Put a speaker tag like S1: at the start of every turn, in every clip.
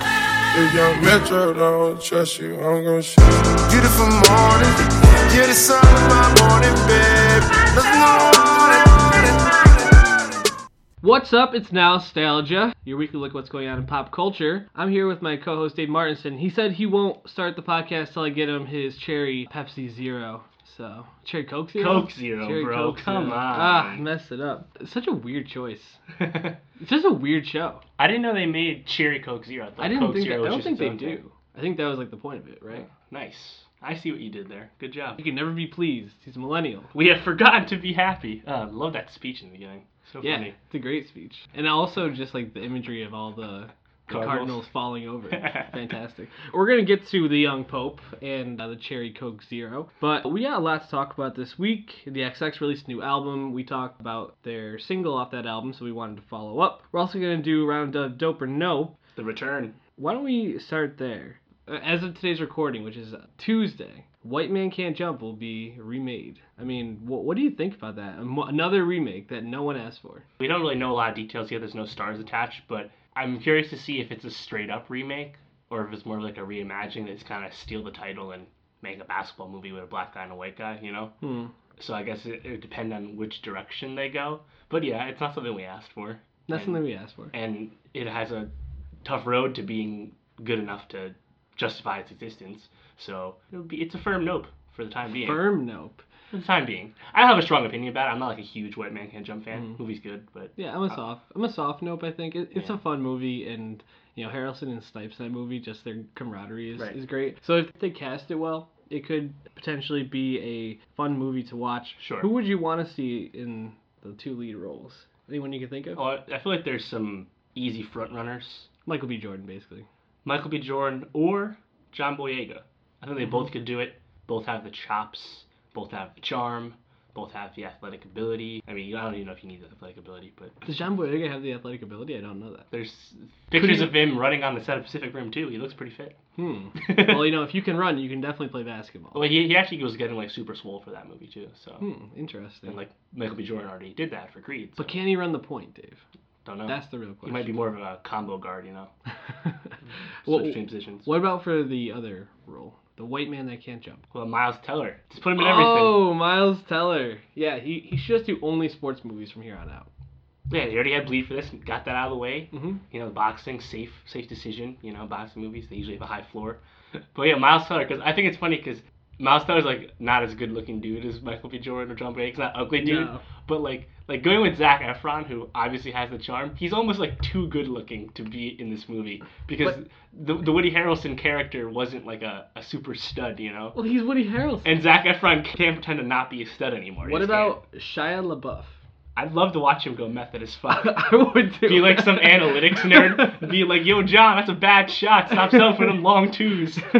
S1: If young Metro don't trust you, I'm gon' shoot. Beautiful morning, you're the sun of my morning, babe. Let's
S2: What's up? It's Nostalgia, your weekly look at what's going on in pop culture. I'm here with my co-host Dave Martinson. He said he won't start the podcast till I get him his cherry Pepsi Zero. So cherry Coke Zero.
S3: Coke Zero, bro. Come on.
S2: Ah, I messed it up. It's such a weird choice.
S3: I
S2: It's just a weird show.
S3: didn't know they made Cherry Coke Zero. thought
S2: I didn't
S3: Coke
S2: think.
S3: Zero
S2: I
S3: was
S2: don't
S3: just
S2: think
S3: its
S2: they
S3: own
S2: do.
S3: thing.
S2: I think that was like the point of it, right?
S3: Nice. I see what you did there. Good job.
S2: You can never be pleased. He's a millennial.
S3: We have forgotten to be happy. Uh, love that speech in the beginning. So
S2: Yeah,
S3: funny.
S2: it's a great speech, and also just like the imagery of all the, the Cardinals.
S3: Cardinals.
S2: falling over. Fantastic. We're gonna get to the young Pope and uh, the Cherry Coke Zero, but we got a lot to talk about this week. The XX released a new album. We talked about their single off that album, so we wanted to follow up. We're also gonna do a round of Dope or No.
S3: The return.
S2: Why don't we start there? Uh, As of today's recording, which is uh, Tuesday, White Man Can't Jump will be remade. I mean, wh- what do you think about that? Am- Another remake that no one asked for.
S3: We don't really know a lot of details yet. There's no stars attached, but I'm curious to see if it's a straight up remake or if it's more like a reimagining that's kind of steal the title and make a basketball movie with a black guy and a white guy, you know?
S2: Hmm.
S3: So I guess it, it would depend on which direction they go. But yeah, it's not something we asked for.
S2: That's
S3: And-
S2: something we asked for.
S3: and it has a tough road to being good enough to justify its existence. So it'll be it's a firm nope for the time being.
S2: Firm nope.
S3: For the time being, I don't have a strong opinion about it. I'm not like a huge White Man Can't Jump fan. Movie's good, but
S2: Mm-hmm. Yeah, I'm a soft. I'm a soft nope. I think it, it's
S3: Uh, Yeah.
S2: a fun movie, and you know Harrelson and Snipes in that movie, just their camaraderie is,
S3: Right.
S2: is great. So if they cast it well, it could potentially be a fun movie to watch.
S3: Sure.
S2: Who would you want to see in the two lead roles? Anyone you can think of?
S3: oh, I feel like there's some easy front runners:
S2: Michael B. Jordan, basically.
S3: Michael B. Jordan or John Boyega. I
S2: Mm-hmm.
S3: think they both could do it. Both have the chops. Both have the charm. Both have the athletic ability. I mean, I don't even know if you need the athletic ability, but
S2: Does John Boyega have the athletic ability? I don't know that.
S3: There's pictures
S2: he-
S3: of him running on the set of Pacific Rim too. He looks pretty fit.
S2: Hmm. well, you know, if you can run, you can definitely play basketball.
S3: well, he, he actually was getting like super swole for that movie too. So
S2: Hmm. Interesting.
S3: and like Michael B. Jordan already did that for Creed. So
S2: but can he run the point, Dave?
S3: don't know.
S2: That's the real
S3: he
S2: question.
S3: might be more of a combo guard, you know,
S2: Well,
S3: switch between positions.
S2: What about for the other role? The white man that can't jump.
S3: Well, Miles Teller, just put him in everything.
S2: Oh, Miles Teller. Yeah, he, he should just do only sports movies from here on out.
S3: Yeah, he already had bleed for this. Got that out of the way.
S2: Mm-hmm.
S3: You know, boxing, safe, safe decision. You know, boxing movies they usually have a high floor. But yeah, Miles Teller, because I think it's funny because Miles Teller's like not as good looking dude as Michael B. Jordan or John Boyega. He's not ugly dude,
S2: No.
S3: but like like going with Zach Efron, who obviously has the charm. He's almost like too good looking to be in this movie because the the Woody Harrelson character wasn't like a, a super stud, you know.
S2: Well, he's Woody Harrelson.
S3: And Zach Efron can't pretend to not be a stud anymore.
S2: what
S3: He just
S2: about Shia LaBeouf?
S3: can't. I'd love to watch him go method as fuck.
S2: I would do
S3: Be like some analytics nerd. Be like, yo, John, that's a bad shot. Stop selling for them long twos.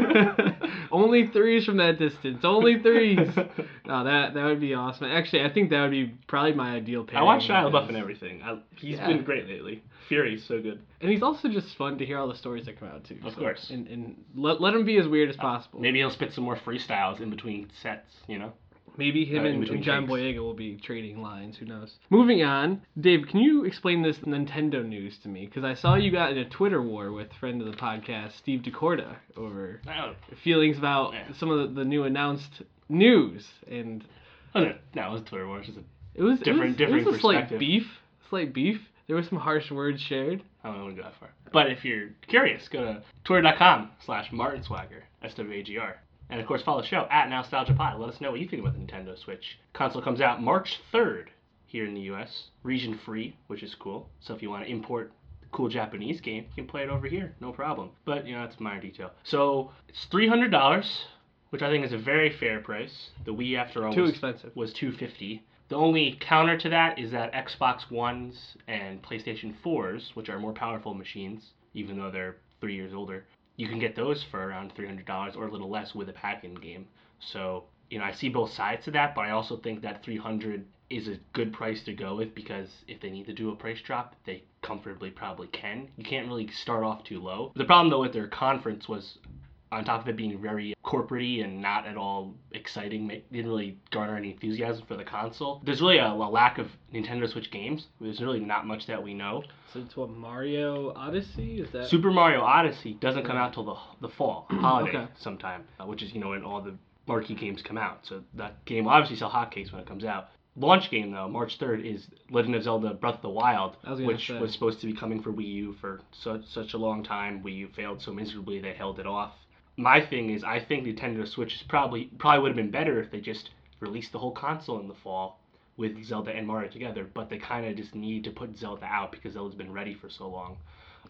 S2: only threes from that distance. Only threes. No, that that would be awesome. Actually, I think that would be probably my ideal pair.
S3: I watch Shia LaBeouf and everything. I, he's
S2: Yeah.
S3: been great lately. Fury's so good.
S2: And he's also just fun to hear all the stories that come out too.
S3: Of course. Uh,
S2: And and let, let him be as weird as possible.
S3: Maybe he'll spit some more freestyles in between sets, you know?
S2: Maybe him
S3: Uh, in
S2: and,
S3: between
S2: and John
S3: takes.
S2: Boyega will be trading lines. Who knows? Moving on, Dave, can you explain this Nintendo news to me? Because I saw you got in a Twitter war with friend of the podcast Steve DeCorda over
S3: I don't know.
S2: feelings about
S3: Yeah.
S2: some of the, the new announced news, and
S3: Wasn't- No, it was Twitter Wars. Just a,
S2: it was it was-
S3: Different-
S2: it was,
S3: differing
S2: a slight
S3: perspective.
S2: beef, slight beef. There was some harsh words shared.
S3: I don't want to go that far. But if you're curious, go to twitter.com slash martinswagger, S-W-A-G-R. And of course, follow the show at NostalgiaPod. Let us know what you think about the Nintendo Switch. Console comes out March 3rd here in the U.S., region free, which is cool. So if you want to import the cool Japanese game, you can play it over here, no problem. But, you know, that's minor detail. So it's $300, which I think is a very fair price. The Wii, after all,
S2: Too
S3: was-
S2: expensive.
S3: was 250. The only counter to that is that Xbox Ones and PlayStation 4s, which are more powerful machines, even though they're three years older, you can get those for around $300 or a little less with a pack-in game. So, you know, I see both sides to that, but I also think that 300 is a good price to go with because if they need to do a price drop, they comfortably probably can. You can't really start off too low. The problem though with their conference was on top of it being very corporate and not at all exciting, ma- didn't really garner any enthusiasm for the console. There's really a, a lack of Nintendo Switch games. There's really not much that we know.
S2: So it's what Mario Odyssey is that?
S3: Super Mario Odyssey doesn't come out till the the fall holiday
S2: Okay.
S3: sometime, uh, which is you know when all the marquee games come out. So that game will obviously sell hotcakes when it comes out. Launch game though, March third is Legend of Zelda: Breath of the Wild,
S2: I was gonna
S3: which
S2: say.
S3: was supposed to be coming for Wii U for such such a long time. Wii U failed so miserably they held it off. My thing is, I think Nintendo Switch is probably probably would have been better if they just released the whole console in the fall with Zelda and Mario together. But they kind of just need to put Zelda out because Zelda's been ready for so long.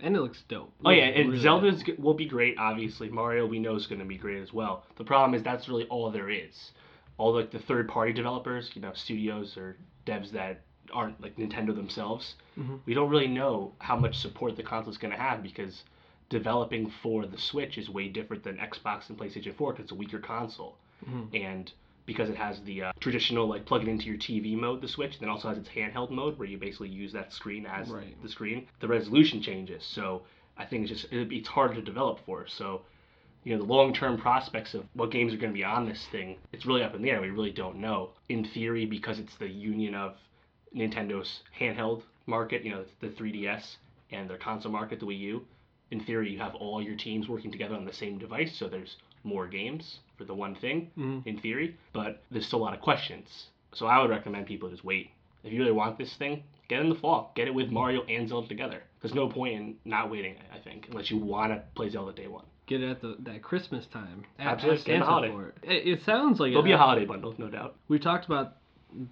S2: and it looks dope.
S3: Oh yeah,
S2: Looks
S3: and
S2: really
S3: Zelda's g will be great, obviously. Mario we know is going to be great as well. The problem is that's really all there is. All like the third party developers, you know, studios or devs that aren't like Nintendo themselves.
S2: Mhm.
S3: We don't really know how much support the console is going to have because developing for the Switch is way different than Xbox and PlayStation 4 because it's a weaker console
S2: dope. Mhm.
S3: and because it has the uh, traditional like plug it into your TV mode, the Switch, then also has its handheld mode where you basically use that screen as
S2: Right.
S3: the screen. The resolution changes, so I think it's just it, it's hard to develop for. So, you know, the long term prospects of what games are going to be on this thing, it's really up in the air. We really don't know. In theory, because it's the union of Nintendo's handheld market, you know, the 3DS, and their console market, the Wii U. In theory, you have all your teams working together on the same device, so there's more games for the one thing,
S2: Mhm.
S3: in theory, but there's still a lot of questions. So I would recommend people just wait. If you really want this thing, get it in the fall. Get it with Mario and Zelda together. There's no point in not waiting, I think, unless you want to play Zelda day one.
S2: Get it at the that Christmas time. A-
S3: Absolutely,
S2: ask
S3: get the
S2: Santa
S3: holiday.
S2: for it. it. It sounds like
S3: There'll be a
S2: it-
S3: holiday bundle, no doubt.
S2: we talked about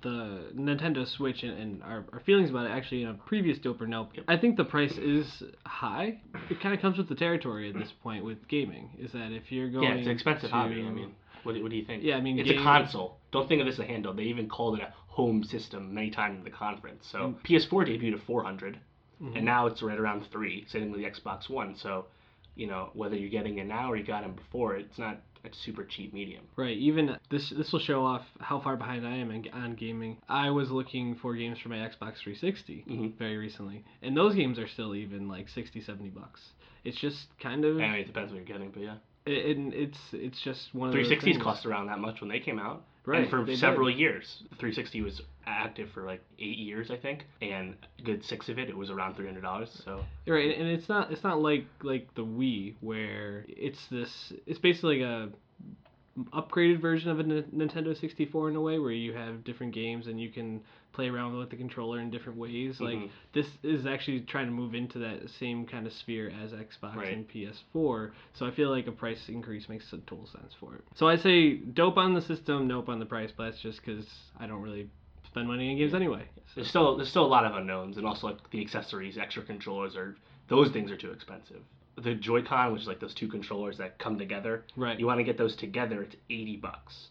S2: the Nintendo Switch and, and our, our feelings about it actually in a previous dope or nope. I think the price is high. It kind of comes with the territory at this point with gaming. Is that if you're going
S3: Yeah, it's an expensive
S2: to-
S3: hobby. I mean, what, do- what do you think?
S2: Yeah, I mean,
S3: it's
S2: game-
S3: a console. Don't think of this as a handheld. They even called it a home system many times in the conference. So
S2: Mm.
S3: PS4 debuted at 400,
S2: Mm-hmm.
S3: and now it's right around three, sitting with the Xbox One. So, you know, whether you're getting it now or you got it before, it's not a super cheap medium.
S2: Right. Even this this will show off how far behind I am in, on gaming. I was looking for games for my Xbox 360
S3: Mhm.
S2: very recently, and those games are still even like 60, 70 bucks. It's just kind of
S3: I mean, it depends what you're getting, but yeah,
S2: it, and it's it's just one of those
S3: 360s
S2: things.
S3: cost around that much when they came out.
S2: Right,
S3: and for
S2: they
S3: several
S2: did.
S3: years, the 360 was active for like eight years, I think, and a good six of it, it was around $300. So
S2: Right, and- and it's not it's not like like the Wii where it's this it's basically like a upgraded version of a N- Nintendo 64 in a way where you have different games and you can play around with the controller in different ways. Like
S3: Mhm.
S2: this is actually trying to move into that same kind of sphere as Xbox
S3: Right.
S2: and PS4. So I feel like a price increase makes a total sense for it. So I say dope on the system, nope on the price, but that's just cuz I don't really spend money on games anyway. So-
S3: There's still there's still a lot of unknowns, and also like the accessories, extra controllers are those things are too expensive. The Joy-Con, which is like those two controllers that come together,
S2: Right.
S3: You want to get those together, it's eighty bucks.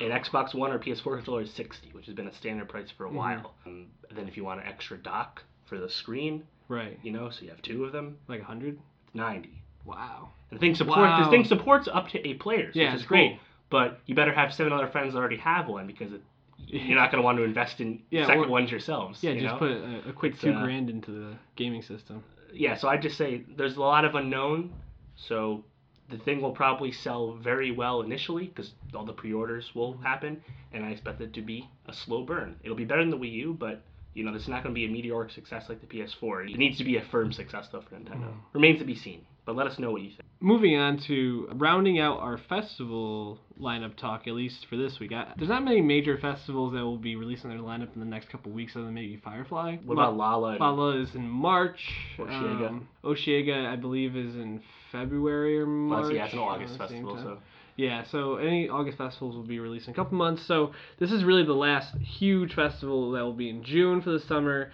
S3: An Xbox One or PS4 controller is sixty, which has been a standard price for a
S2: Mm-hmm.
S3: while. Um, then if you want an extra dock for the screen,
S2: Right.
S3: you know, so you have two of them,
S2: Like 100?
S3: it's ninety.
S2: Wow.
S3: The thing support
S2: Wow.
S3: this thing supports up to eight players,
S2: Yeah,
S3: which
S2: it's
S3: is great.
S2: cool.
S3: But you better have seven other friends that already have one because it, you're not going to want to invest in
S2: Yeah,
S3: second
S2: or-
S3: ones yourselves.
S2: Yeah,
S3: you
S2: just
S3: know?
S2: put a, a quick
S3: It's,
S2: two
S3: uh,
S2: grand into the gaming system.
S3: yeah, so I just say there's a lot of unknown. So the thing will probably sell very well initially because all the pre-orders will happen, and I expect it to be a slow burn. It'll be better than the Wii U, but you know this is not going to be a meteoric success like the PS4. It needs to be a firm success though for Nintendo.
S2: Mm.
S3: Remains to be seen. But let us know what you think.
S2: Moving on to rounding out our festival lineup talk, at least for this week. I, there's not many major festivals that will be releasing their lineup in the next couple weeks, other than maybe Firefly.
S3: What about Lala? and-
S2: Fala is in March.
S3: Oshiega.
S2: Um, Oshiega, I believe, is in February or
S3: Well,
S2: March.
S3: that's- yeah, it's an
S2: around
S3: August
S2: the same
S3: festival,
S2: time.
S3: so
S2: Yeah, so any August festivals will be released in a couple months. So this is really the last huge festival that will be in June for the summer.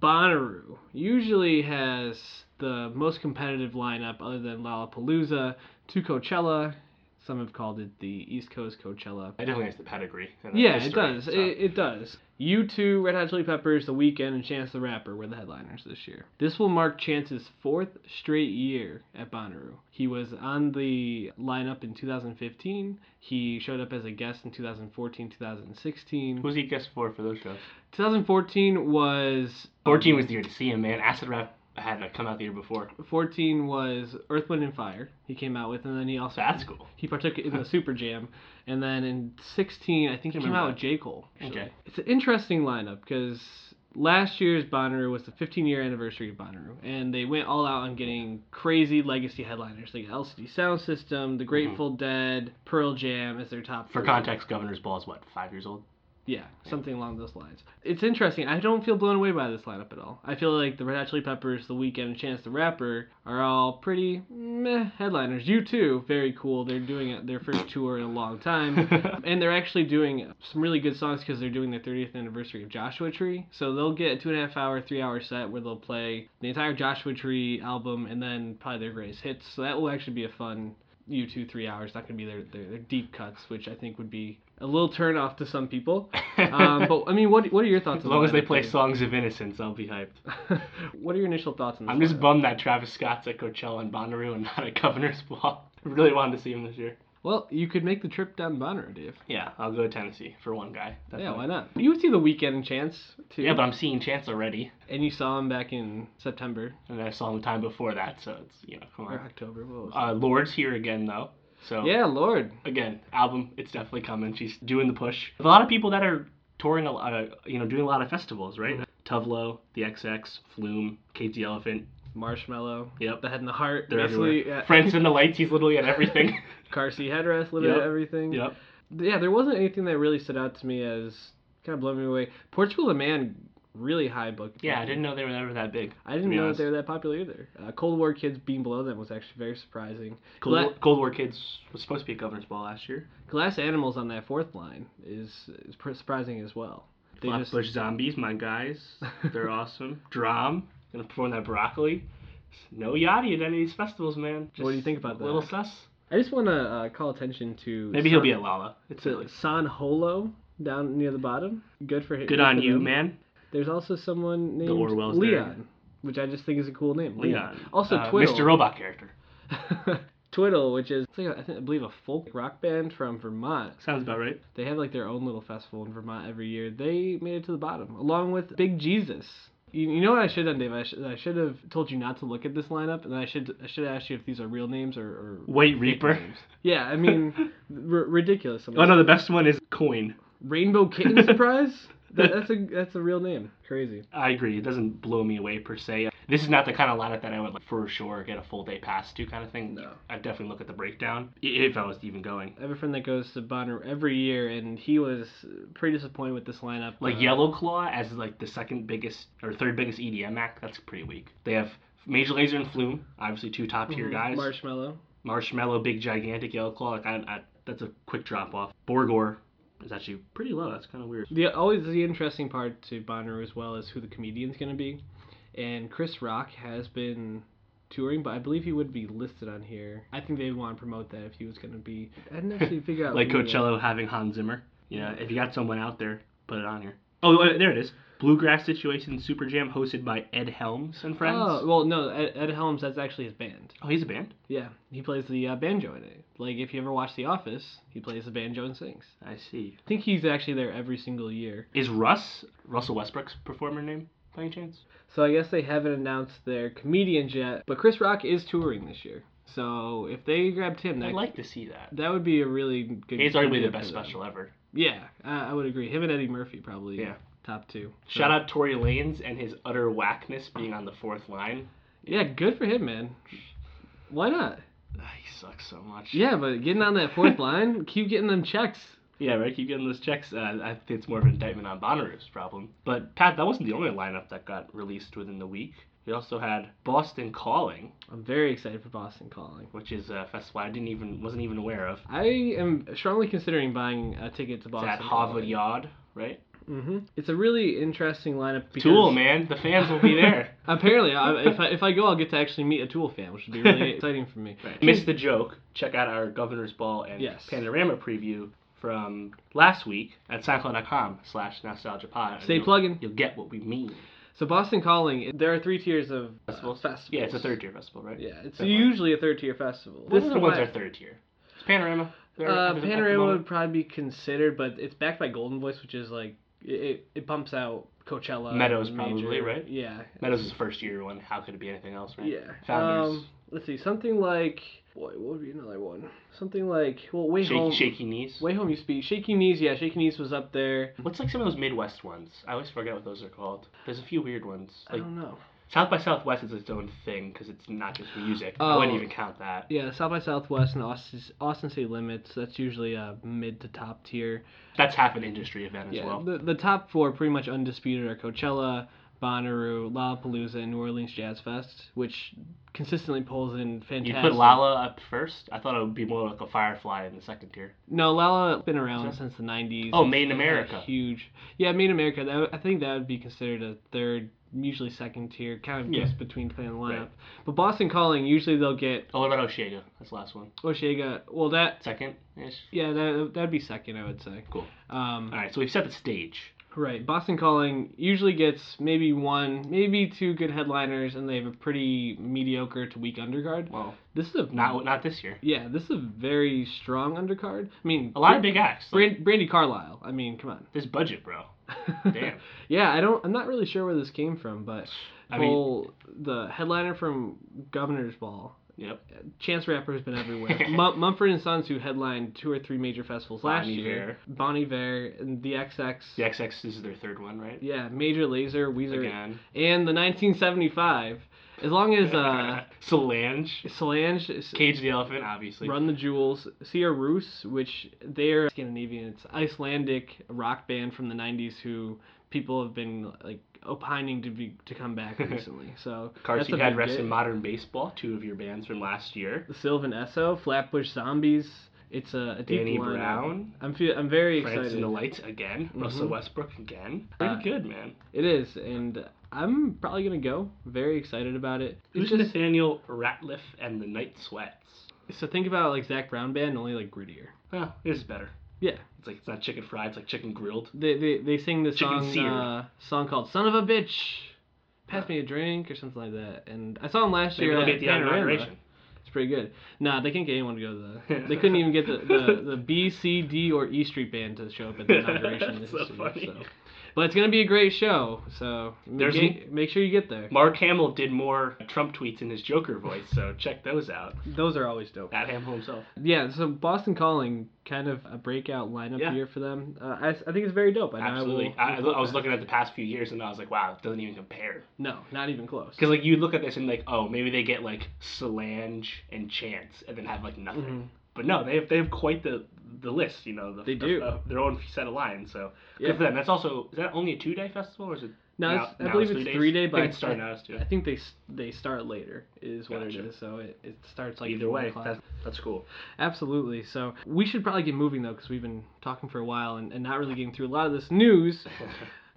S2: Bonnaroo usually has the most competitive lineup other than Lollapalooza to Coachella. Some have called it the East Coast Coachella.
S3: it definitely has the pedigree. and the
S2: Yeah,
S3: history,
S2: it does.
S3: so-
S2: It, it does. U2, Red Hot Chili Peppers, The Weeknd, and Chance the Rapper were the headliners this year. This will mark Chance's fourth straight year at Bonnaroo. He was on the lineup in 2015. He showed up as a guest in 2014, 2016.
S3: Who's he guest for for those shows?
S2: 2014 was
S3: 14 was the year to see him, man. Acid Rap hadn't come out the year before.
S2: 14 was Earthwind and Fire. He came out with, and then he also
S3: That's cool.
S2: he partook in the Super Jam, and then in 16, I think he came
S3: remember
S2: out with
S3: that.
S2: J Cole. actually.
S3: Okay.
S2: it's an interesting lineup because last year's Bonnaroo was the 15 year anniversary of Bonnaroo, and they went all out on getting crazy legacy headliners like LCD Sound System, The Grateful Dead, Pearl Jam as their top.
S3: Mm-hmm. For
S2: three.
S3: context, Governor's Ball is what five years old.
S2: Yeah, something along those lines. It's interesting. I don't feel blown away by this lineup at all. I feel like the Red Hot Chili Peppers, The Weeknd, and Chance the Rapper are all pretty meh headliners. You too, very cool. They're doing it their first tour in a long time, and they're actually doing some really good songs because they're doing their 30th anniversary of Joshua Tree. So they'll get a two and a half hour, three hour set where they'll play the entire Joshua Tree album and then probably their greatest hits. So that will actually be a fun you two three hours not gonna be their, their their deep cuts which i think would be a little turn off to some people um, but i mean what what are your thoughts
S3: As long as they play
S2: so
S3: songs of innocence, I'll be hyped.
S2: what are your initial thoughts on this
S3: I'm just
S2: lineup?
S3: bummed that Travis Scott's at Coachella and Bonnaroo and not at Governor's Ball. I really wanted to see him this year.
S2: well you could make the trip down Bonnaroo, dave
S3: Yeah, I'll go to Tennessee for one guy. That's
S2: yeah
S3: all.
S2: why not you would see the weekend and chance too
S3: Yeah, but I'm seeing Chance already,
S2: and you saw him back in september
S3: and I saw him the time before that, so it's you know, come
S2: or
S3: on.
S2: october what was it?
S3: Uh, Lord's here again though, so
S2: yeah lord
S3: again, album, it's definitely coming. She's doing the push. A lot of people that are touring, a lot of, you know, doing a lot of festivals, right? Tuvlo, The XX, Flume, Cage the Elephant.
S2: marshmallow
S3: Yep.
S2: the head and the heart
S3: They're
S2: basically,
S3: everywhere.
S2: yeah.
S3: France in the Lights, he's literally at everything.
S2: car seat headrest literally
S3: Yep.
S2: everything
S3: yep.
S2: Yeah, there wasn't anything that really stood out to me as kind of blown me away. Portugal the Man, really high book.
S3: Yeah, I didn't know they were ever that big.
S2: I didn't
S3: be
S2: know that
S3: honest.
S2: they were that popular either. Uh, Cold War Kids being below them was actually very surprising.
S3: Cold,
S2: Gla-
S3: War, Cold War Kids was supposed to be a Governor's Ball last year.
S2: Glass Animals on that fourth line is, is pr- surprising as well. They just
S3: Flatbush Zombies, my guys. They're awesome. Drum, gonna perform that broccoli. No Yachty at any of these festivals, man.
S2: What do you
S3: Just
S2: think about
S3: a Little
S2: that?
S3: sus.
S2: I just want to uh, call attention to
S3: Maybe he'll be at Lala. It's
S2: San,
S3: a,
S2: San Holo down near the bottom. Good for him.
S3: good on
S2: for
S3: you,
S2: them.
S3: man.
S2: There's also someone named
S3: Orwell's there.
S2: Leon, which I just think is a cool name.
S3: Leon.
S2: Also
S3: Uh,
S2: Twiddle.
S3: Mr. Robot character.
S2: Twiddle, which is it's like a, I, think, I believe a folk rock band from Vermont.
S3: Sounds about right.
S2: They have like their own little festival in Vermont every year. They made it to the bottom along with Big Jesus. You, you know what I should have done, Dave? I, sh- I should have told you not to look at this lineup, and I should I should have asked you if these are real names or. or
S3: White
S2: fake
S3: Reaper.
S2: names. Yeah, I mean, r- ridiculous.
S3: Oh no, the best one is Coin.
S2: Rainbow Kitten Surprise. That, that's a that's a real name. Crazy.
S3: I agree. It doesn't blow me away per se. This is not the kind of lineup that I would like for sure get a full day pass to kind of thing.
S2: No.
S3: I'd definitely look at the breakdown i- if I was even going.
S2: I have a friend that goes to Bonnaroo every year, and he was pretty disappointed with this lineup.
S3: Like
S2: Uh,
S3: Yellow Claw as like the second biggest or third biggest EDM act. That's pretty weak. They have Major Laser and Flume, obviously two top tier
S2: Mm-hmm.
S3: guys.
S2: Marshmallow.
S3: Marshmallow, Big Gigantic, Yellow Claw. Like I, I, that's a quick drop off. Borgor is actually pretty low. That's kind of weird.
S2: The always the interesting part to Bonnaroo as well is who the comedian's going to be, and Chris Rock has been touring, but I believe he would be listed on here. I think they'd want to promote that if he was going to be. I didn't actually figure out
S3: like
S2: who the-
S3: Coachella having Hans Zimmer. You know, if you got someone out there, put it on here. Oh, uh, there it is. Bluegrass Situation Super Jam hosted by Ed Helms and friends.
S2: Oh
S3: Oh,
S2: well, no, Ed, Ed Helms. That's actually his band.
S3: he's a band.
S2: Yeah, he plays the uh, banjo in it. Like if you ever watch The Office, he plays the banjo and sings.
S3: I see.
S2: I think he's actually there every single year.
S3: Is Russ Russell Westbrook's performer name by any chance?
S2: So I guess they haven't announced their comedians yet, but Chris Rock is touring this year. So if they grabbed him, that
S3: I'd like to see that.
S2: That would be a really good.
S3: He's arguably the
S2: good
S3: best
S2: for them.
S3: special ever.
S2: Yeah, I, I would agree. Him and Eddie Murphy probably.
S3: Yeah.
S2: Top two.
S3: Shout out Tory Lanez and his utter whackness being on the fourth line.
S2: Yeah, good for him, man. Why not?
S3: Ah, he sucks so much.
S2: Yeah, but getting on that fourth line, keep getting them checks.
S3: Yeah, right. Keep getting those checks. Uh, I think it's more of an indictment on Bonnaroo's problem. But Pat, that wasn't the only lineup that got released within the week. We also had Boston Calling,
S2: I'm very excited for Boston Calling.
S3: which is a festival I didn't even wasn't even aware of. It's
S2: I am strongly considering buying a ticket to Boston.
S3: at Harvard Yard, right?
S2: hmm It's a really interesting lineup. Because
S3: Tool, man. The fans will be there.
S2: Apparently, I, if I if I go, I'll get to actually meet a Tool fan, which would be really exciting for me.
S3: Miss the joke. Check out our Governor's Ball and
S2: Yes.
S3: Panorama preview from last week at SoundCloud.com slash Nostalgia Pod.
S2: Stay
S3: You'll-
S2: plugging.
S3: You'll get what we mean.
S2: So Boston Calling, there are three tiers of uh,
S3: Festivals?
S2: festivals.
S3: Yeah, it's a third tier festival, right?
S2: Yeah, it's
S3: Definitely.
S2: usually a third tier festival.
S3: What other ones
S2: why-
S3: are third tier? It's Panorama. They're-
S2: Uh,
S3: at the- at the
S2: Panorama
S3: moment.
S2: would probably be considered, but it's backed by Golden Voice, which is like it, it bumps out Coachella.
S3: Meadows
S2: and
S3: probably, right?
S2: Yeah.
S3: Meadows is the first year one. How could it be anything else, right?
S2: Yeah.
S3: Founders.
S2: Um, let's see, something like boy, what would be another one? Something like well, Way
S3: shaky,
S2: Home.
S3: shaky knees.
S2: Way Home used to be Shaky Knees. Yeah, Shaky Knees was up there.
S3: What's like some of those Midwest ones? I always forget what those are called. There's a few weird ones.
S2: I
S3: Like
S2: don't know.
S3: South by Southwest is its own thing because it's not just music. I
S2: Oh.
S3: wouldn't even count that.
S2: Yeah, South by Southwest and Austin, Austin City Limits. That's usually a mid to top tier.
S3: That's half an industry event as
S2: Yeah,
S3: well.
S2: the, the top four pretty much undisputed are Coachella, Bonnaroo, Lollapalooza, and New Orleans Jazz Fest, which consistently pulls in fantastic.
S3: You put Lala up first. I thought it would be more like a Firefly in the second tier.
S2: No, Lala been around
S3: What's
S2: since the '90s.
S3: Oh, Made in
S2: It's had a
S3: America.
S2: Huge. Yeah, Made in America. That, I think that would be considered a third, usually second tier, kind of
S3: Yeah.
S2: just between playing the lineup.
S3: Right.
S2: But Boston Calling, usually they'll get
S3: Oh, what about Oshiega? That's the last one.
S2: Oshiega. Well, that
S3: Second ish.
S2: yeah, that that'd be second, I would say.
S3: Cool.
S2: Um,
S3: All right, so we've set the stage.
S2: Right. Boston Calling usually gets maybe one, maybe two good headliners, and they have a pretty mediocre to weak undercard.
S3: Well,
S2: This is a
S3: not not this year.
S2: Yeah, this is a very strong undercard. I mean,
S3: A lot of big acts. Like,
S2: Brand, Brandy Carlisle. I mean, come on.
S3: this budget, bro. Damn.
S2: yeah, I don't. I'm not really sure where this came from, but
S3: I mean-
S2: whole, the headliner from Governor's Ball.
S3: Yep.
S2: Chance Rapper has been everywhere. Mum Mumford and Sons, who headlined two or three major festivals last
S3: Bon
S2: year,
S3: Iver.
S2: Bon Iver and the XX.
S3: The XX. This is their third one, right?
S2: Yeah, Major Laser, Weezer,
S3: Again.
S2: and the 1975. As long as uh,
S3: Solange,
S2: Solange, S-
S3: Cage the Elephant, obviously.
S2: Run the Jewels, Sia Rus, which they're Scandinavian, it's Icelandic rock band from the 90s who people have been like opining to be to come back recently. So
S3: Cards
S2: that's
S3: you
S2: a
S3: had
S2: big
S3: Rest
S2: get.
S3: in Modern Baseball, two of your bands from last year.
S2: The Sylvan Esso, Flatbush Zombies. It's a, a deep
S3: Danny
S2: lineup.
S3: Brown.
S2: I'm feel, I'm very
S3: France in
S2: excited. Mm-hmm.
S3: the Lights again. Russell Westbrook again. Pretty
S2: Uh,
S3: good, man.
S2: It is, and I'm probably gonna go. Very excited about it. It's
S3: Who's
S2: just-
S3: Nathaniel Ratliff and the Night Sweats?
S2: So think about like Zach Brown band, only like grittier.
S3: Oh, this is better.
S2: Yeah,
S3: It's like it's not chicken fried, it's like chicken grilled.
S2: they they, they sing the
S3: Chicken
S2: song
S3: seared.
S2: uh, song called "Son of a Bitch." Pass me a drink or something like that. And I saw them last
S3: Maybe
S2: year
S3: they'll
S2: at
S3: get the
S2: Panorama.
S3: inauguration.
S2: It's pretty good. Nah, they can't get anyone to go to the. They couldn't even get the, the, the B, C, D, or E Street band to show up at the inauguration this
S3: So
S2: year.
S3: funny.
S2: So. But it's gonna be a great show. So
S3: There's
S2: make, make sure you get there.
S3: Mark Hamill did more Trump tweets in his Joker voice, so check those out.
S2: Those are always dope.
S3: At Hamill himself.
S2: Yeah, so Boston Calling, kind of a breakout lineup
S3: Yeah.
S2: year for them. Uh, I, I think it's very dope. and I will-
S3: Absolutely. I, I, I was looking at the past few years and I was like, wow, it doesn't even compare.
S2: No, not even close.
S3: Because like you look at this and like, oh, maybe they get like Solange and Chance, and then have like nothing. But no, they have they have quite the the list, you know. The,
S2: Mm-hmm. They
S3: the-
S2: do.
S3: uh, their own set of lines. So
S2: Yeah.
S3: good for them. That's also is that only a two day festival or is it?
S2: No,
S3: now-
S2: it's, I
S3: now
S2: believe
S3: three
S2: it's
S3: days?
S2: three day,
S3: I
S2: but
S3: think it's starting out as two.
S2: I think they s- they start later is what it
S3: Gotcha.
S2: is. So it, it starts like
S3: Either
S2: one
S3: way,
S2: o'clock.
S3: that's that's cool.
S2: absolutely. So we should probably get moving though because we've been talking for a while and, and not really getting through a lot of this news.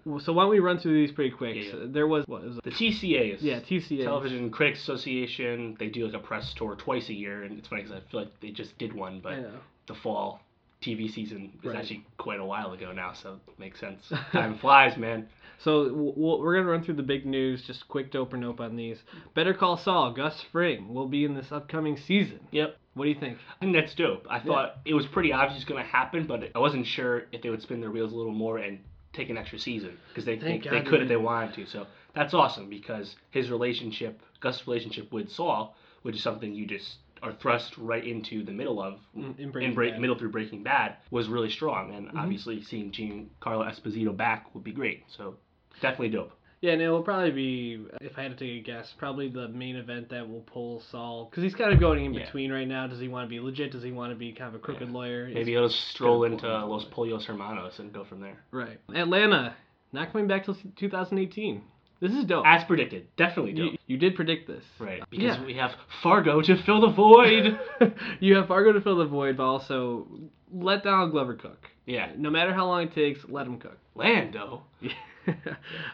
S2: Well, so why don't we run through these pretty quick?
S3: Yeah, yeah.
S2: So there was what was it?
S3: The TCA is
S2: yeah TCA
S3: Television Critics Association. They do like a press tour twice a year, and it's funny because I feel like they just did one,
S2: I
S3: but
S2: know.
S3: the fall TV season is
S2: Right.
S3: actually quite a while ago now, so it makes sense. Time flies, man.
S2: So w- we'll, we're gonna run through the big news. Just quick dope or nope on these. Better Call Saul. Gus Fring will be in this upcoming season.
S3: Yep.
S2: What do you think?
S3: I think that's dope. I thought it was pretty obvious it was going to happen, but I wasn't sure if they would spin their wheels a little more and take an extra season because they
S2: Thank
S3: think they
S2: God they
S3: could if they
S2: didn't.
S3: wanted to. So that's awesome because his relationship, Gus' relationship with Saul, which is something you just are thrust right into the middle of
S2: Mm, in Breaking
S3: break-
S2: Bad. Mm-hmm.
S3: middle through Breaking Bad, was really strong. And obviously, seeing Gene Carlo Esposito back would be great. So definitely dope.
S2: Yeah, and it'll probably be, if I had to take a guess, probably the main event that will pull Saul. Because he's kind of going in
S3: Yeah.
S2: between right now. Does he want to be legit? Does he want to be kind of a crooked lawyer? Is-
S3: Maybe he'll just stroll
S2: Good
S3: into
S2: point.
S3: Los Pollos Hermanos and go from there.
S2: Right. Atlanta, not coming back till 2018. This is dope.
S3: As predicted, definitely dope.
S2: You, you did predict this.
S3: Right. Because
S2: Yeah.
S3: we have Fargo to fill the void.
S2: you have Fargo to fill the void, but also let Donald Glover cook.
S3: yeah.
S2: No matter how long it takes, let him cook.
S3: Lando.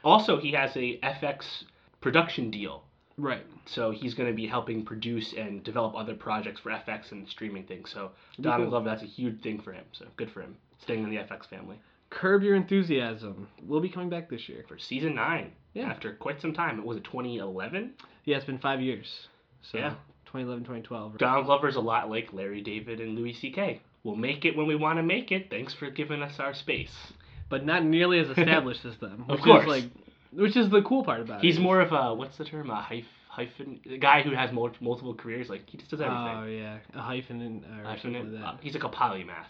S3: Also, he has a FX production deal.
S2: right.
S3: So he's going to be helping produce and develop other projects for FX and streaming things. So Donald
S2: cool.
S3: Glover, that's a huge thing for him. So good for him. Staying in the FX family
S2: Curb Your Enthusiasm. We'll be coming back this year.
S3: for season nine.
S2: Yeah.
S3: After quite some time. It was it 2011?
S2: Yeah, it's been five years. So
S3: Yeah.
S2: 2011, 2012.
S3: Donald Glover's a lot like Larry David and Louis C.K. We'll make it when we want to make it. Thanks for giving us our space.
S2: but not nearly as established as them. Which
S3: course.
S2: Is like, which is the cool part about
S3: He's
S2: it.
S3: more of a what's the term? A hyph- hyphen? A guy who has mul- multiple careers. Like he just does everything.
S2: Oh yeah, a hyphen and or something
S3: Hyphenate-
S2: like
S3: uh,
S2: that.
S3: he's like a polymath.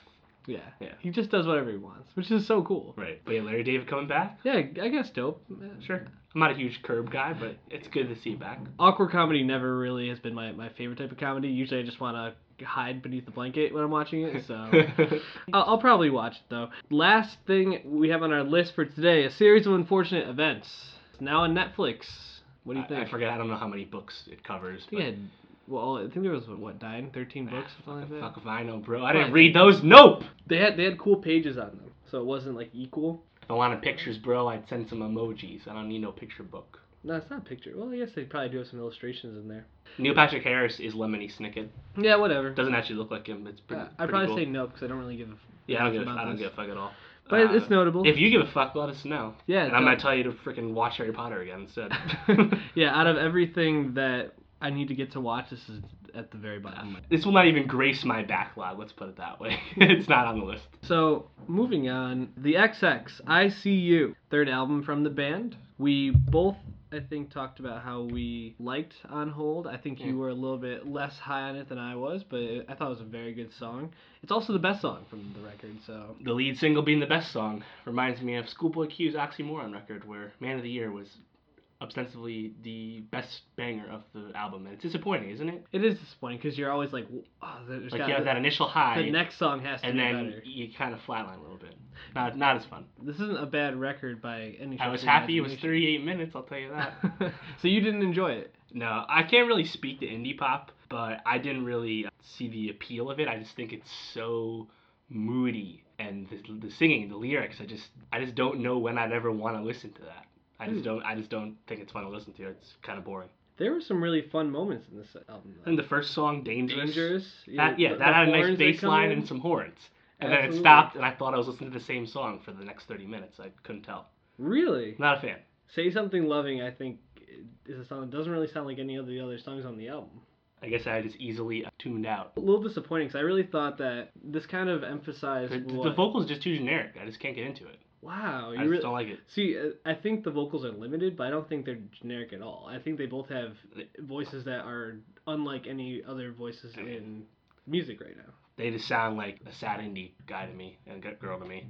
S2: Yeah.
S3: yeah.
S2: He just does whatever he wants, which is so cool.
S3: Right. But yeah, Larry David coming back.
S2: Yeah, I guess dope.
S3: Sure. I'm not a huge curb guy, but it's good to see you back.
S2: Awkward comedy never really has been my, my favorite type of comedy. Usually I just want to hide beneath the blanket when I'm watching it, so I'll, I'll probably watch it though. Last thing we have on our list for today, a series of unfortunate events. It's now on Netflix. What do you
S3: I,
S2: think?
S3: I forget. I don't know how many books it covers.
S2: I think
S3: but-
S2: I had, well, I think there was what nine, thirteen books, something like that.
S3: Fuck if I know, bro. I didn't
S2: Fine.
S3: read those. Nope.
S2: They had they had cool pages on them, so it wasn't like equal.
S3: If I wanted pictures, bro, I'd send some emojis. I don't need no picture book.
S2: No, it's not a picture. Well, I guess they probably do have some illustrations in there.
S3: Neil Patrick Harris is Lemony Snicket.
S2: Yeah, whatever.
S3: Doesn't actually look like him. It's pretty.
S2: Uh, I'd
S3: pretty
S2: probably
S3: cool.
S2: say no because I don't really give a. F-
S3: Yeah, I don't give a,
S2: about
S3: I don't
S2: this.
S3: give a fuck at all. Uh,
S2: But it's- it's notable.
S3: If you give a fuck, let us know.
S2: Yeah,
S3: and I'm
S2: don't-
S3: gonna tell you to freaking watch Harry Potter again instead.
S2: yeah, out of everything that I need to get to watch, this is at the very bottom.
S3: This will not even grace my backlog. Let's put it that way. it's not on the list.
S2: So moving on, the XX I See You third album from the band. We both. I think talked about how we liked On Hold. I think
S3: Mm.
S2: you were a little bit less high on it than I was, but it, I thought it was a very good song. It's also the best song from the record, so
S3: The lead single being the best song reminds me of Schoolboy Q's Oxymoron record, where Man of the Year was ostensibly the best banger of the album, and it's disappointing, isn't it?
S2: it is disappointing because you're always like, oh, there's
S3: Like
S2: got
S3: you have that initial high,
S2: the next song has to
S3: and
S2: be
S3: then
S2: better.
S3: you kind of flatline a little bit. Not not as fun.
S2: This isn't a bad record by any.
S3: I
S2: stretch
S3: was
S2: of
S3: happy it was
S2: imagination.
S3: 38 minutes. I'll tell you that.
S2: so you didn't enjoy it.
S3: No, I can't really speak to indie pop, but I didn't really uh, see the appeal of it. I just think it's so moody and the, the singing, the lyrics. I just I just don't know when I'd ever want to listen to that. I
S2: Hmm.
S3: just don't I just don't think it's fun to listen to. It's kind of boring.
S2: There were some really fun moments in this album. though.
S3: And the first song, Dangerous.
S2: Dangerous.
S3: That,
S2: you
S3: yeah,
S2: know, the-
S3: that had a
S2: the
S3: nice
S2: horns that
S3: bass
S2: come
S3: line
S2: in.
S3: and some horns. And then
S2: Absolutely.
S3: it stopped, and I thought I was listening to the same song for the next 30 minutes. I couldn't tell.
S2: Really,
S3: Not a fan.
S2: say something loving. I think is a song that doesn't really sound like any of the other songs on the album.
S3: I guess I just easily uh, tuned out.
S2: A little disappointing because I really thought that this kind of emphasized
S3: The, the
S2: what-
S3: vocals are just too generic. I just can't get into it.
S2: Wow, you
S3: I just
S2: really.
S3: don't like it.
S2: See, uh, I think the vocals are limited, but I don't think they're generic at all. I think they both have voices that are unlike any other voices in music right now.
S3: they just sound like a sad indie guy to me and g- girl to me.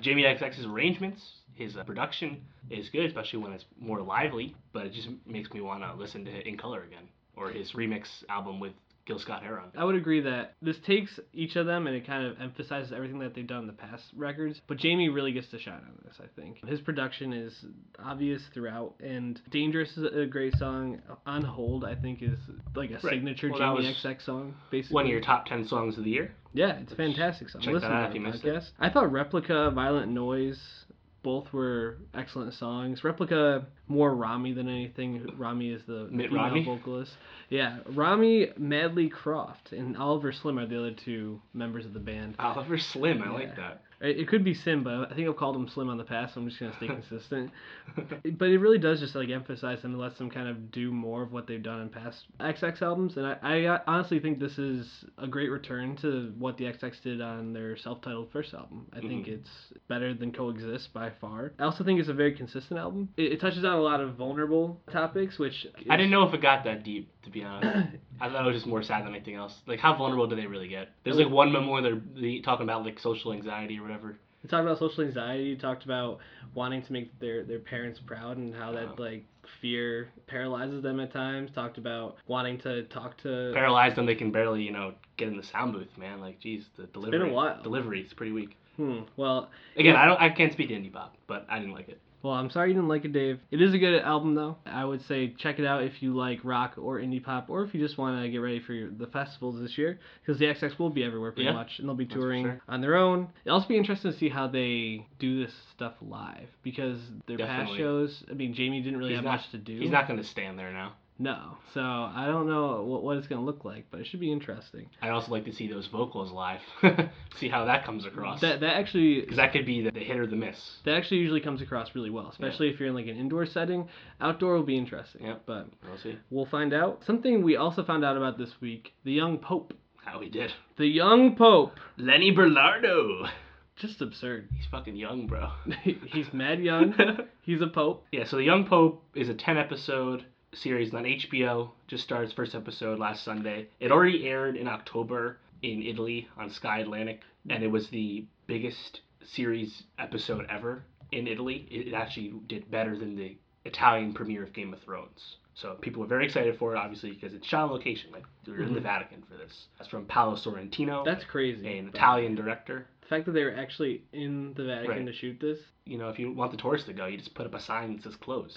S3: Jamie XX's arrangements, his uh, production is good, especially when it's more lively. But it just makes me want to listen to In Color again or his remix album with Gil Scott Heron.
S2: I would agree that this takes each of them and it kind of emphasizes everything that they've done in the past records. But Jamie really gets to shine on this, I think. His production is obvious throughout, and Dangerous is a great song. On Hold, I think, is like a
S3: Right.
S2: signature
S3: Well, that
S2: Jamie
S3: was
S2: XX song, basically.
S3: One of your top ten songs of the year.
S2: Yeah, it's a fantastic song.
S3: check
S2: Listen
S3: that
S2: to
S3: out
S2: our
S3: if you missed
S2: podcast. I thought Replica, Violent Noise, both were excellent songs. Replica more Rami than anything. Rami is the
S3: Mitt
S2: female
S3: Romney?
S2: vocalist. Yeah, Rami Madley Croft and Oliver Slim are the other two members of the band.
S3: Oliver Slim, I like
S2: Yeah.
S3: that.
S2: It it could be Sim, but I think I've called him Slim on the past. So I'm just gonna stay consistent. but it really does just like emphasize them and lets them kind of do more of what they've done in past XX albums. And I, I honestly think this is a great return to what the XX did on their self-titled first album. I think
S3: Mm-hmm.
S2: it's better than Coexist by far. I also think it's a very consistent album. It, it touches on a lot of vulnerable topics, which
S3: I didn't know if it got that deep, to be honest. I thought it was just more sad than anything else. Like, how vulnerable do they really get? There's like one moment where they're they, talking about like social anxiety or whatever.
S2: We talked about social anxiety. You talked about wanting to make their, their parents proud and how that like fear paralyzes them at times. Talked about wanting to talk to.
S3: paralyzed them. They can barely, you know, get in the sound booth, man. Like, geez, the delivery.
S2: while.
S3: Delivery is pretty weak.
S2: Hmm, well,
S3: Again, I don't, I can't speak to indie pop, but I didn't like it.
S2: well, I'm sorry you didn't like it, Dave. It is a good album though. I would say check it out if you like rock or indie pop, or if you just want to get ready for your, the festivals this year, because the XX will be everywhere pretty
S3: Yeah,
S2: much, and they'll be
S3: for
S2: touring
S3: sure.
S2: on their own. It'll also be interesting to see how they do this stuff live, because their past
S3: Definitely.
S2: shows. I mean, Jamie didn't really
S3: He's
S2: have
S3: not-
S2: much to do.
S3: He's not going to stand there now.
S2: No. So I don't know what, what it's going to look like, but it should be interesting.
S3: I'd also like to see those vocals live, see how that comes across.
S2: That that actually
S3: Because that could be the, the hit or the miss.
S2: that actually usually comes across really well, especially if you're in like an indoor setting. Outdoor will be interesting.
S3: Yep.
S2: But
S3: We'll see
S2: we'll find out. Something we also found out about this week, the young pope.
S3: how he did.
S2: The young pope
S3: Lenny Berlardo.
S2: just absurd.
S3: He's fucking young, bro.
S2: He's mad young. He's a pope.
S3: yeah, so The Young Pope is a 10 episode series on HBO. Just started its first episode last Sunday. It already aired in October in Italy on Sky Atlantic, and it was the biggest series episode ever in Italy. It actually did better than the Italian premiere of Game of Thrones. So people were very excited for it, obviously, because it's shot on location. Like, we are in the Vatican for this. That's from Paolo Sorrentino,
S2: Mm-hmm. That's crazy.
S3: an Italian director.
S2: The fact that they were actually in the Vatican
S3: Right.
S2: to shoot this,
S3: You know, if you want the tourists to go, you just put up a sign that says closed.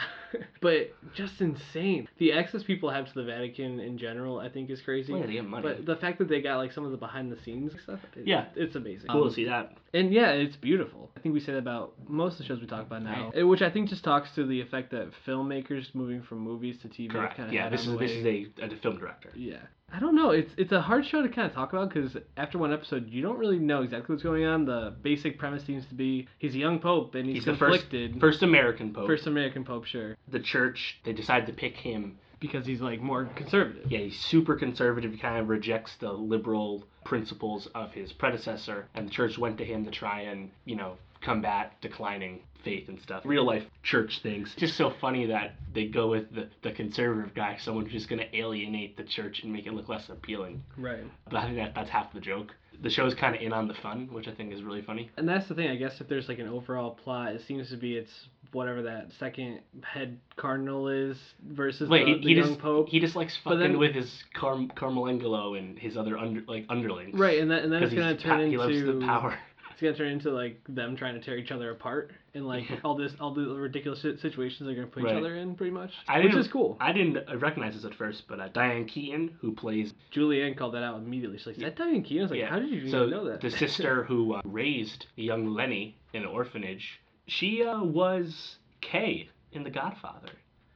S2: but just insane. The access people have to the Vatican in general, I think, is crazy.
S3: Well, yeah, they get money.
S2: But the fact that they got like some of the behind the scenes stuff, it-
S3: Yeah.
S2: it's amazing.
S3: Cool
S2: Um,
S3: to see that.
S2: And yeah, it's beautiful. I think we say that about most of the shows we talk about now, eh, which I think just talks to the effect that filmmakers moving from movies to TV
S3: Correct.
S2: kind of
S3: Yeah,
S2: had
S3: this
S2: on
S3: is
S2: the
S3: this
S2: way-
S3: is a, a film director.
S2: Yeah. I don't know. It's it's a hard show to kind of talk about because after one episode, you don't really know exactly what's going on. The basic premise seems to be he's a young pope and he's,
S3: He's the first
S2: conflicted.
S3: first American pope.
S2: First American pope, sure,
S3: The church they decided to pick him.
S2: because he's like more conservative.
S3: Yeah, he's super conservative. He kind of rejects the liberal principles of his predecessor, and the church went to him to try and you know combat declining faith and stuff. Real life church things. It's just so funny that they go with the, the conservative guy, someone who's going to alienate the church and make it look less appealing.
S2: Right.
S3: But I think that that's half the joke. The show's kind of in on the fun, which I think is really funny.
S2: And that's the thing, I guess, if there's like an overall plot, it seems to be it's whatever that second head cardinal is versus the,
S3: Wait, he,
S2: Uh, the
S3: he
S2: young
S3: just
S2: pope.
S3: he just likes fucking
S2: then-
S3: with his Car- Carmelangelo and his other under like underlings.
S2: right, and, that, and then
S3: because
S2: it's going to turn
S3: he
S2: into.
S3: loves the power.
S2: It's gonna turn into like them trying to tear each other apart and like all this, all the ridiculous si- situations they're gonna put
S3: Right.
S2: each other in, pretty much,
S3: I
S2: which
S3: didn't-
S2: is cool.
S3: I didn't uh, recognize this at first, but uh, Diane Keaton, who plays
S2: Julianne called that out immediately. She's like, "Is that Diane Keaton?" I was like,
S3: yeah,
S2: "How did you
S3: so
S2: even know that?"
S3: the sister who uh, raised young Lenny in an orphanage, she uh, was Kay in The Godfather,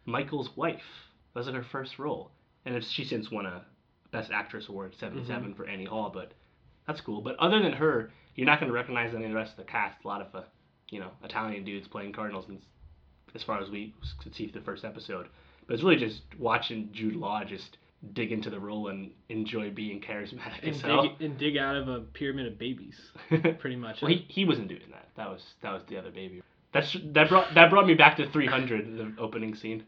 S3: Michael's wife. That was like her first role, and it's- she since won a Best Actress award in '77
S2: Mm-hmm.
S3: for Annie Hall, but That's cool. But other than her, you're not going to recognize any of the rest of the cast. A lot of, uh, you know, Italian dudes playing Cardinals, and as far as we could see through the first episode. But it's really just watching Jude Law just dig into the role and enjoy being charismatic
S2: and
S3: as hell.
S2: dig, and dig out of a pyramid of babies, pretty much.
S3: well, he, he wasn't doing that. That was that was the other baby. That's that brought that brought me back to 300, the opening scene.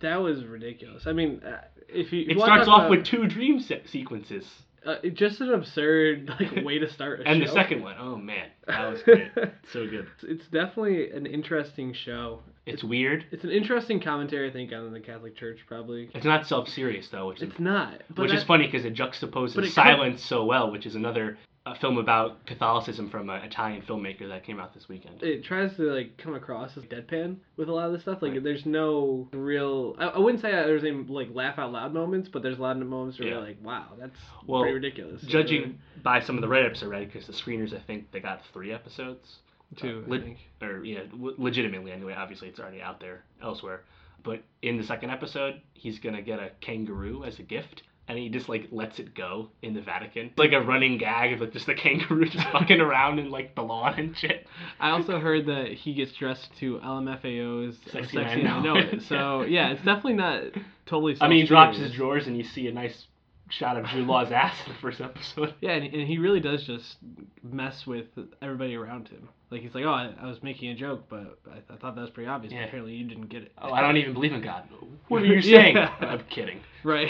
S2: that was ridiculous. I mean, uh, if you
S3: It
S2: you wanna
S3: starts
S2: talk
S3: off
S2: about-
S3: with two dream se- sequences,
S2: Uh, it- just an absurd like way to start a
S3: and
S2: show.
S3: the second one, oh man, that was great, so good.
S2: It's- it's definitely an interesting show.
S3: It's weird.
S2: It's an interesting commentary, I think, on the Catholic Church. Probably
S3: It's not self-serious though, which is
S2: it's not, but
S3: which is
S2: that-
S3: funny because it juxtaposes
S2: but it
S3: silence so well, which is another uh film about Catholicism from an Italian filmmaker that came out this weekend.
S2: It tries to like come across as deadpan with a lot of this stuff. Like, there's no real. I, I wouldn't say that there's any like laugh out loud moments, but there's a lot of moments where
S3: Yeah.
S2: you're like, wow, that's
S3: Well,
S2: pretty ridiculous.
S3: Judging by some of the write-ups I read, because the screeners, I think they got three episodes,
S2: too,
S3: Leg- or yeah, w- legitimately anyway. Obviously, it's already out there elsewhere. But in the second episode, he's gonna get a kangaroo as a gift. And he just like lets it go in the Vatican, like a running gag of like just the kangaroo just fucking around in like the lawn and shit.
S2: I also heard that he gets dressed to LMFAO's
S3: Sexy Man Know It.
S2: yeah, it's definitely not totally.
S3: I mean, he drops his
S2: self-serious.
S3: drawers and you see a nice shot of Jude Law's ass in the first episode.
S2: Yeah, and, and he really does just mess with everybody around him. Like he's like, oh, I, I was making a joke, but I, I thought that was pretty obvious. but
S3: Yeah.
S2: Apparently, you didn't get it.
S3: Oh, I don't even believe in God. What are you saying?
S2: Yeah.
S3: I'm kidding.
S2: Right.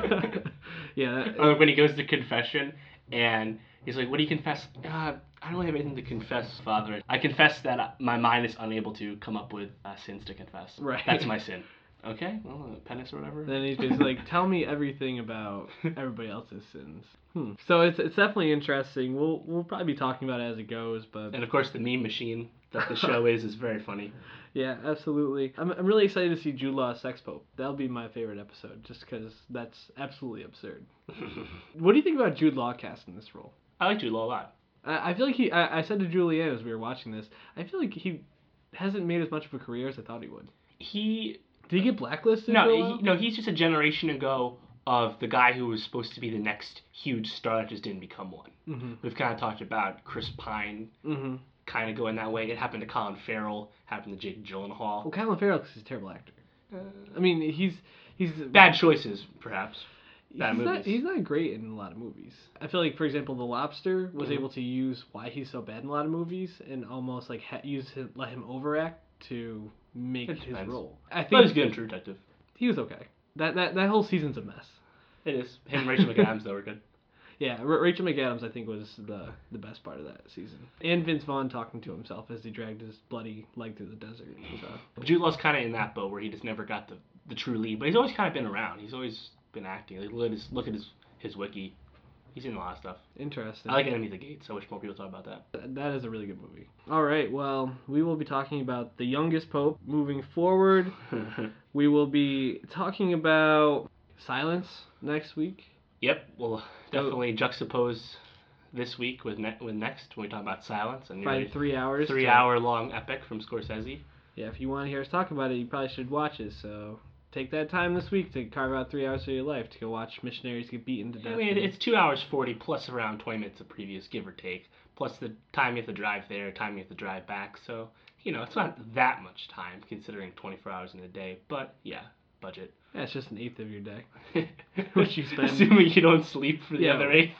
S2: yeah. that-
S3: Or Uh, when he goes to confession and he's like, What do you confess? Uh, I don't really have anything to confess, Father. I confess that my mind is unable to come up with uh, sins to confess.
S2: Right.
S3: That's my sin. Okay, well, uh, penance or whatever.
S2: Then he's just like, tell me everything about everybody else's sins. Hmm. So it's it's definitely interesting. We'll we'll probably be talking about it as it goes, but
S3: and of course, the meme machine that the show is is very funny.
S2: yeah, absolutely. I'm I'm really excited to see Jude Law as sex pope. That'll be my favorite episode, just because that's absolutely absurd. what do you think about Jude Law casting this role?
S3: I like Jude Law a lot.
S2: I I feel like he. I, I said to Julianne as we were watching this, I feel like he hasn't made as much of a career as I thought he would.
S3: He
S2: Did he get blacklisted? for a
S3: No,
S2: while?
S3: he, no, he's just a generation ago of the guy who was supposed to be the next huge star that just didn't become one. Mm-hmm. We've kind of talked about Chris Pine
S2: Mhm.
S3: kind of going that way. It happened to Colin Farrell, happened to Jake Gyllenhaal.
S2: Well,
S3: Uh,
S2: Colin Farrell, because he's a terrible actor. I mean, he's he's
S3: Bad choices, perhaps. bad
S2: he's
S3: movies.
S2: Not, he's not great in a lot of movies. I feel like, for example, The Lobster was
S3: Mhm.
S2: able to use why he's so bad in a lot of movies and almost like ha- use him, let him overact to make
S3: It
S2: his
S3: depends.
S2: role. I think
S3: But he's good in True Detective.
S2: he was okay. That that that whole season's a mess.
S3: It is him and Rachel McAdams though are good.
S2: Yeah, Ra- Rachel McAdams I think was the the best part of that season, and Vince Vaughn talking to himself as he dragged his bloody leg through the desert. It was, uh,
S3: Jude Law's kind of in that boat where he just never got the, the true lead, but he's always kind of been around. He's always been acting. Like, look at his look at his his wiki. He's in a lot of stuff.
S2: interesting.
S3: I like Enemy of the Gates. I wish more people thought about that.
S2: Th- That is a really good movie. All right, well, we will be talking about the youngest pope moving forward. We will be talking about silence next week.
S3: yep, we'll definitely juxtapose this week with ne- with next when we talk about Silence and
S2: Probably
S3: nearly
S2: three hours.
S3: three
S2: So,
S3: hour long epic from Scorsese.
S2: Yeah, if you want to hear us talk about it, you probably should watch it. So take that time this week to carve out three hours of your life to go watch missionaries get beaten to death.
S3: I mean, it- it's two hours forty plus around twenty minutes of previous, give or take, plus the time you have to drive there, time you have to drive back. So you know, it's not that much time considering twenty four hours in a day. But yeah, budget.
S2: yeah, it's just an eighth of your day. Which you spend-
S3: Assuming you don't sleep for the
S2: Yeah.
S3: other eighth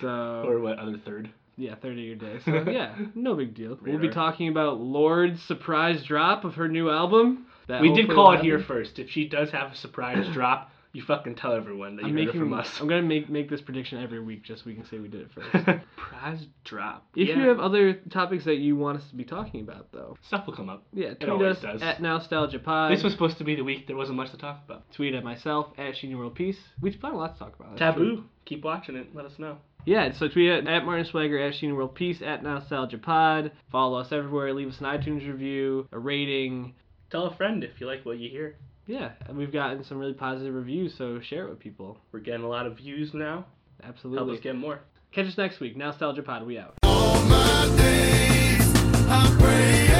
S2: So
S3: or what other third.
S2: yeah, third of your day. So yeah, no big deal. We'll be
S3: Radar.
S2: talking about Lord's surprise drop of her new album. That
S3: we did
S2: hopefully
S3: call
S2: will
S3: it here
S2: happen.
S3: first. If she does have a surprise drop, you fucking tell everyone that you
S2: I'm
S3: heard it
S2: making.
S3: from us.
S2: I'm gonna make make this prediction every week just so we can say we did it first.
S3: surprise drop.
S2: If
S3: yeah.
S2: you have other topics that you want us to be talking about, though,
S3: stuff will come up.
S2: yeah, tweet
S3: always
S2: us
S3: does.
S2: at NowStalgiaPod.
S3: This was supposed to be the week there wasn't much to talk about.
S2: tweet at myself at Sheen World Peace. We found a lot to talk about. that's
S3: Taboo.
S2: true.
S3: Keep watching it. Let us know.
S2: Yeah, so tweet at, at Martin Swagger at Sheen World Peace at NowStalgiaPod. Follow us everywhere. Leave us an iTunes review, a rating.
S3: Tell a friend if you like what you hear.
S2: Yeah, and we've gotten some really positive reviews, so share it with people.
S3: We're getting a lot of views now. Help
S2: Absolutely.
S3: us get more.
S2: Catch us next week. Nostalgia Pod, we out.
S1: All my days, I pray